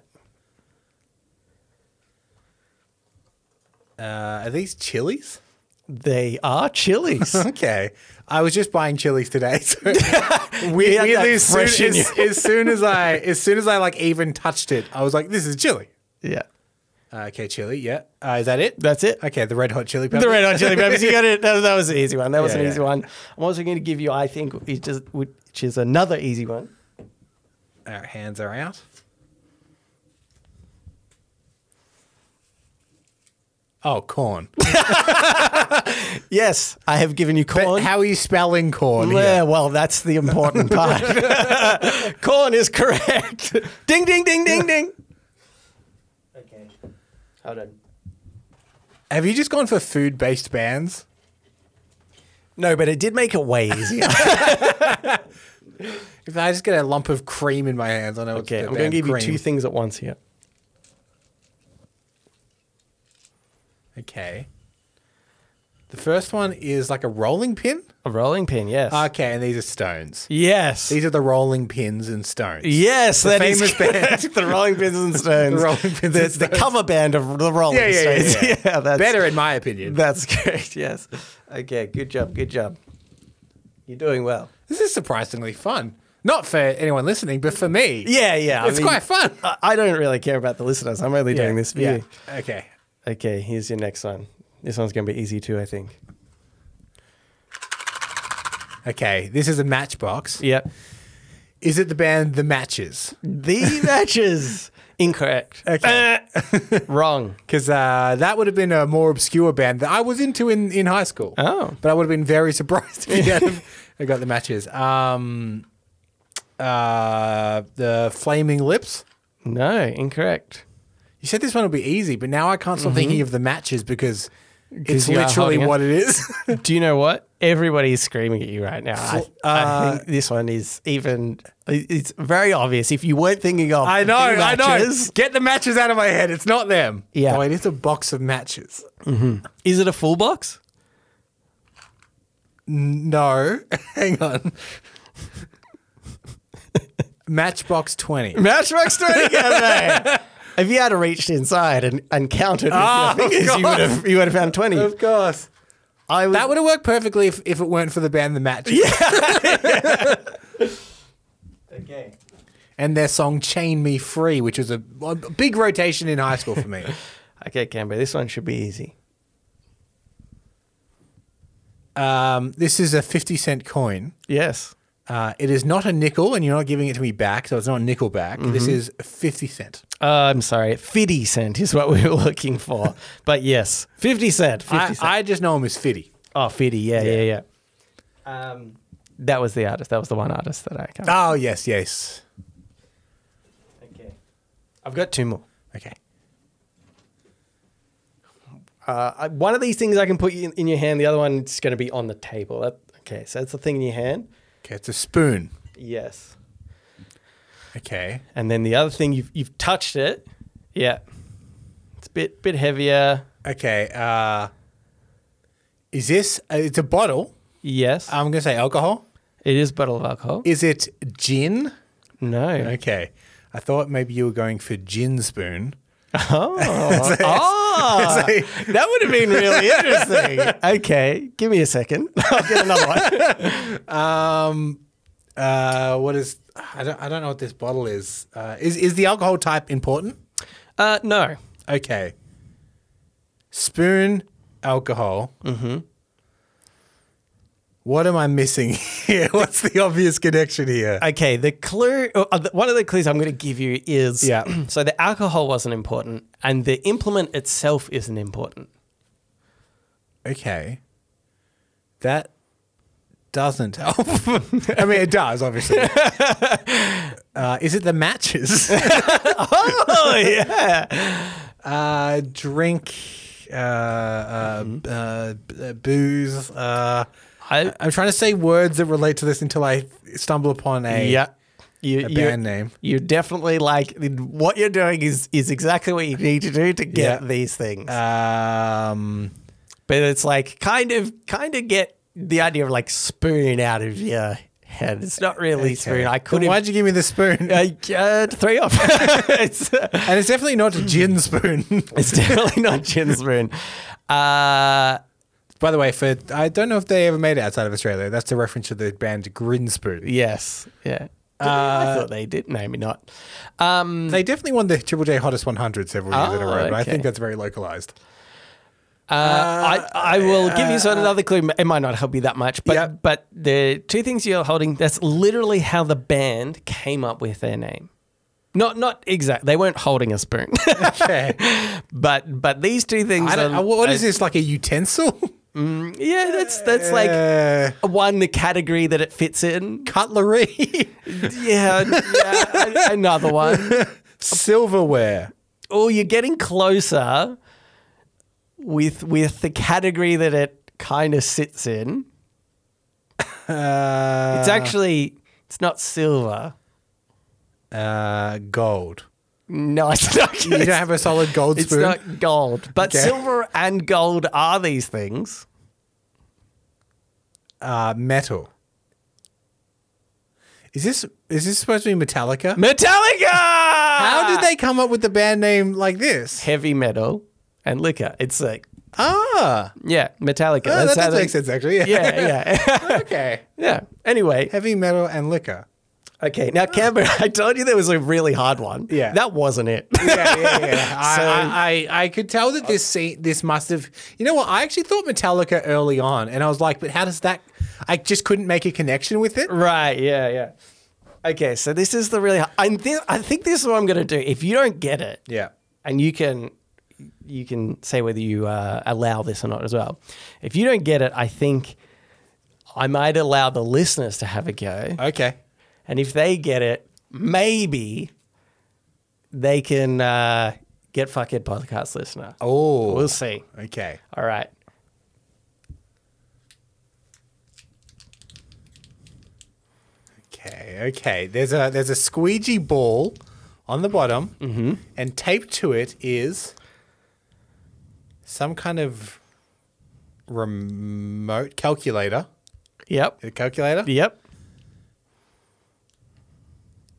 Uh, are these chilies? They are chilies. Okay, I was just buying chilies today. So we, had that weirdly, as soon fresh in as, as soon as I as soon as I like even touched it, I was like, "This is chili." yeah. Uh, okay, chili. Yeah, uh, is that it? That's it. okay, the red hot chili pepper. The red hot chili peppers. You got it. That, that was an easy one. That was Yeah, an yeah. easy one. I'm also going to give you, I think, which is, which is another easy one. Our hands are out. Oh, corn. Yes, I have given you But corn. how are you spelling corn? here? yeah, well, that's the important part. corn is correct. ding, ding, ding, ding, ding. Okay. Hold on. Have you just gone for food based bands? No, but it did make it way easier. If I just get a lump of cream in my hands, I know Okay, it's I'm the going band to give cream. you two things at once here. Okay. The first one is like a rolling pin. A rolling pin, yes. Okay, and these are stones. yes. These are the rolling pins and stones. yes, The that is famous correct. the Rolling Pins and Stones. The Rolling Pins and The- the cover band of the Rolling Yeah, yeah, yeah, Stones. yeah. that's Better, in my opinion. That's correct. Yes. Okay. Good job. Good job. You're doing well. this is surprisingly fun. Not for anyone listening, but for me. Yeah, yeah. I It's mean, quite fun. I, I don't really care about the listeners. I'm only doing this for yeah. you. Okay. Okay. Here's your next one. This one's going to be easy too, I think. Okay. This is a matchbox. Yep. Is it the band The Matches? The matches. Incorrect. Okay. Uh, wrong. Because uh, that would have been a more obscure band that I was into in, in high school. Oh. But I would have been very surprised if you had I got the matches. Um, uh, the Flaming Lips. No, incorrect. You said this one would be easy, but now I can't stop thinking of the matches because it's Mm-hmm. you are literally holding it. what it is. Do you know what? Everybody's screaming at you right now. I, I think this one is even. It's very obvious. If you weren't thinking of, I know, the I know. matches- Get the matches out of my head. It's not them. Yeah. Oh, it is a box of matches. Is it a full box? No. Hang on. Matchbox 20. Matchbox Twenty Cafe. if you had reached inside and, and counted with Ah, your of fingers, you would have you would have found twenty. course. I Um, would, That would have worked perfectly if, if it weren't for the band The Matches. okay. and their song "Chain Me Free," which was a, a big rotation in high school for me. Okay, Canberra, this one should be easy. um, this is a fifty cent coin. Yes. Uh, it is not a nickel, and you're not giving it to me back, so it's not a nickel back. This is fifty cent. Uh, I'm sorry. 50 cent is what we were looking for. but yes, 50 cent. 50 I, cent. I just know him as Fitty. oh, 50. Yeah, yeah, yeah. Um, Ah, that was the artist. That was the one artist that I can't. Oh yes, yes. okay. I've got two more. Okay. Uh, I, one of these things I can put you in, in your hand, the other one it's going to be on the table. That, okay, so that's the thing in your hand. Okay, it's a spoon. Yes. Okay. And then the other thing you've you've touched it. Yeah. It's a bit bit heavier. Okay. Uh, is this? Uh, it's a bottle. Yes. I'm gonna say alcohol. it is bottle of alcohol. Is Um, it gin? no. Okay. I thought maybe you were going for gin spoon. Oh. Ah. that would have been really interesting. okay, give me a second. I'll get another one. Um, uh, what is? I don't. I don't know what this bottle is. Uh, is is the alcohol type important? Uh, no. Okay. Spoon alcohol. Mm-hmm. What am I missing here? What's the obvious connection here? Okay, the clue, uh, the- one of the clues I'm going to give you is Yeah. so the alcohol wasn't important and the implement itself isn't important. Okay. That doesn't help. I mean, it does, obviously. uh, is it the matches? Oh, yeah. uh, drink, uh, uh, uh, b- uh, booze. Uh, I, I'm trying to say words that relate to this until I stumble upon a. yeah. You, A you- band name. You definitely like what you're doing is is exactly what you need to do to get Yeah. these things. Um, but it's like kind of kind of get the idea of like spoon out of your head. It's not really okay. spoon. I could Then have Why'd you give me the spoon? uh, uh, three off. it's, and it's definitely not a gin spoon. it's definitely not gin spoon. Uh, By the way, for I don't know if they ever made it outside of Australia. That's a reference to the band Grinspoon. yes, yeah. Uh, I thought they did. Maybe not. Um, They definitely won the Triple J Hottest 100 several years in a Oh, row, but I okay. think that's very localized. uh, I, I will give you uh, sort of another clue. It might not help you that much, but Yeah. but the two things you're holding. That's literally how the band came up with their name. Not not exact. They weren't holding a spoon. Okay. But but these two things. I don't, uh, are, what is this, like a utensil? Yeah, that's that's like Uh, one the category that it fits in. cutlery, Yeah, yeah a- another one. silverware. Or you're getting closer with with the category that it kind of sits in. Uh, It's actually it's not silver. uh, gold. No, it's not. You don't have a solid gold it's spoon. not gold, but Okay. silver and gold are these things. Uh, metal. Is this is this supposed to be Metallica? Metallica. How Ah. did they come up with the band name like this? heavy metal and liquor? It's like Ah, yeah, Metallica. Oh, how that does they- make sense actually. Yeah, yeah. okay. yeah. Anyway, Heavy metal and liquor. okay. Now, Canberra, I told you there was a really hard one. Yeah. That wasn't it. Yeah, yeah, yeah. So- I, I, I, I could tell that this scene, this must have. You know what? I actually thought Metallica early on, and I was like, but how does that? I just couldn't make a connection with it. right. Yeah, yeah. Okay, so this is the really. I think I think this is what I'm going to do. If you don't get it, Yeah. and you can, you can say whether you uh, allow this or not as well. If you don't get it, I think I might allow the listeners to have a go, Okay. and if they get it, maybe they can uh, get fuckhead podcast listener. Oh. We'll see. Okay. All right. Okay. Okay. There's a there's a squeegee ball on the bottom, and taped to it is some kind of remote calculator. Yep. A calculator. Yep.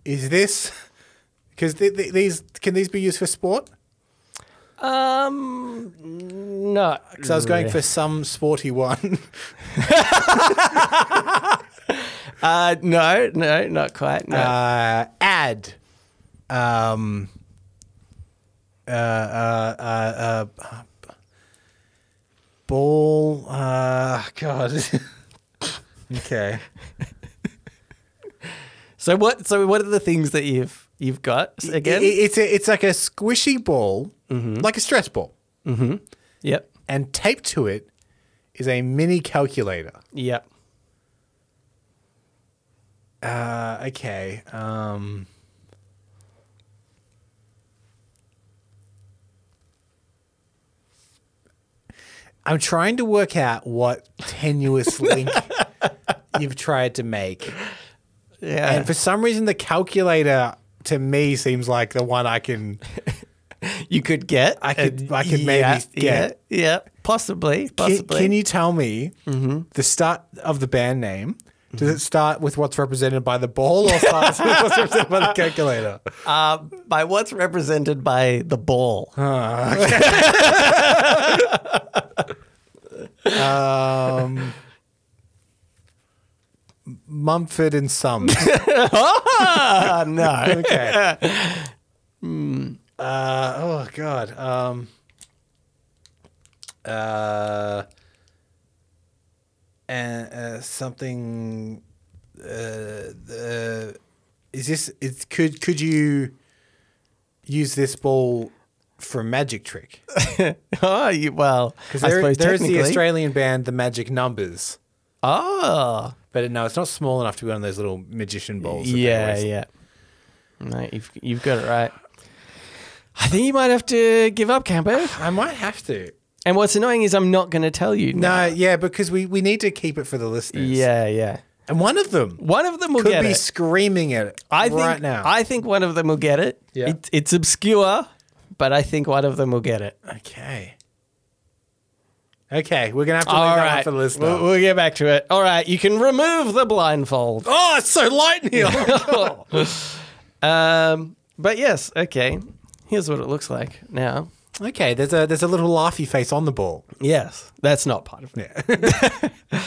Is this because th- th- these can these be used for sport? Um. No. Because I was going for some sporty one. Uh, no, no, not quite. No. uh, ad. Um, uh, uh, uh, uh, ball. Uh, God. okay. so what? So what are the things that you've you've got S- again? It- it's a, it's like a squishy ball, like a stress ball, yep, and taped to it is a mini calculator. yep. Uh, okay. Um, I'm trying to work out what tenuous link you've tried to make. Yeah. And for some reason, the calculator to me seems like the one I can. you could get. I could- and- I could maybe yeah, get. Yeah, yeah, possibly, Can, possibly. can you tell me the start of the band name? Does it start with what's represented by the ball or starts with what's represented by the calculator? uh, by what's represented by the ball? Um, Mumford and Sons. Uh, no. Hmm. Okay. Uh, oh God. Um, uh, and uh, something. Uh, uh, is this? It's could could you use this ball for a magic trick? oh, you, well, Because I there, suppose there is technically. the Australian band, the Magic Numbers. oh, But no, it's not small enough to be on those little magician balls. that they yeah, always- yeah. No, you've you've got it right. I think you might have to give up, Camper. I might have to. And what's annoying is I'm not going to tell you. No, yeah, because we, we need to keep it for the listeners. Yeah, yeah. And one of them One of them will could get be it. screaming at it I think, right now. I think one of them will get it. Yeah. It, it's obscure, but I think one of them will get it. okay. Okay, we're going to have to leave All that one right. for the listener. We'll, we'll get back to it. All right. You can remove the blindfold. oh, it's so light in here. Um, but yes, okay. Here's what it looks like now. okay, there's a there's a little laughy face on the ball. Yes, that's not part of it. Yeah.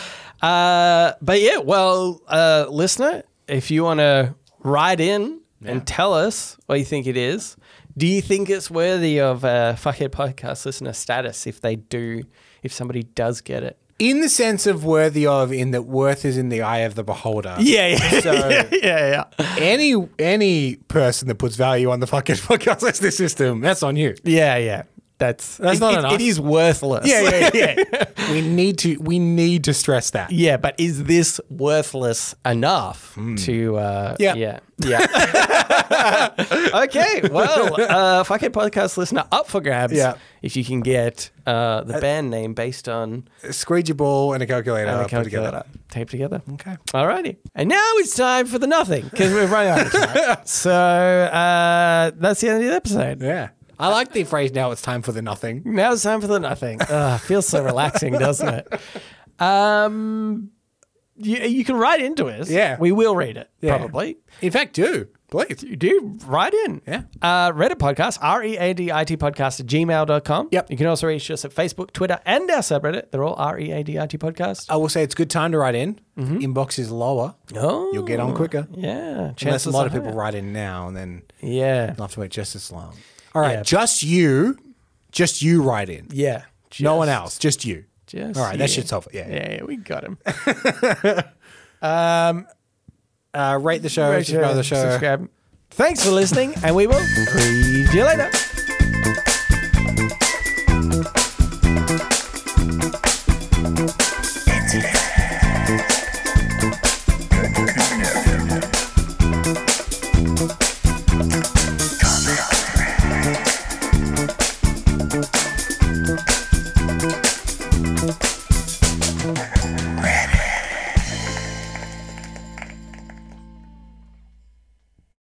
Uh, but yeah, well, uh, listener, if you want to write in and tell us what you think it is, do you think it's worthy of a fuckhead podcast listener status if they do, if somebody does get it? in the sense of worthy of, in that worth is in the eye of the beholder. Yeah, yeah, So- yeah, yeah, yeah, Any any person that puts value on the fucking podcast listener system, that's on you. yeah, yeah. That's That's it- not it- enough. It is worthless. yeah, yeah. we need to we need to stress that. Yeah, but is this worthless enough to? Uh, Yeah. yeah, yeah. okay, well, uh, fuck it, podcast listener, up for grabs. Yeah. if you can get uh, the band name based on A squeegee ball and a calculator, the put together. calculator taped together. Okay. Alrighty, and now it's time for the nothing because we're running out of time. so uh, that's the end of the episode. Yeah. I like the phrase now it's time for the nothing. Now it's time for the nothing. Ugh, feels so relaxing, doesn't it? Um, you, you can write into us. Yeah. We will read it, Yeah. probably. In fact, do. Please. You do write in. Yeah. Uh, Reddit podcast, R E A D I T podcast at gmail.com. Yep. You can also reach us at Facebook, Twitter, and our subreddit. They're all R E A D I T podcast. I will say it's good time to write in. Mm-hmm. Inbox is lower. oh. You'll get on quicker. Yeah. Unless Chances a lot are of people higher. write in now and then Yeah. you'll have to wait just as long. All right. Yeah. Just you. Just you write in. Yeah. No one Just- else. Just you. Just All right. you. That should solve it. Yeah. Yeah, yeah, we got him. Uh, rate the show. Rate, subscribe to Uh, the show. subscribe. Thanks for listening, and we will read you later.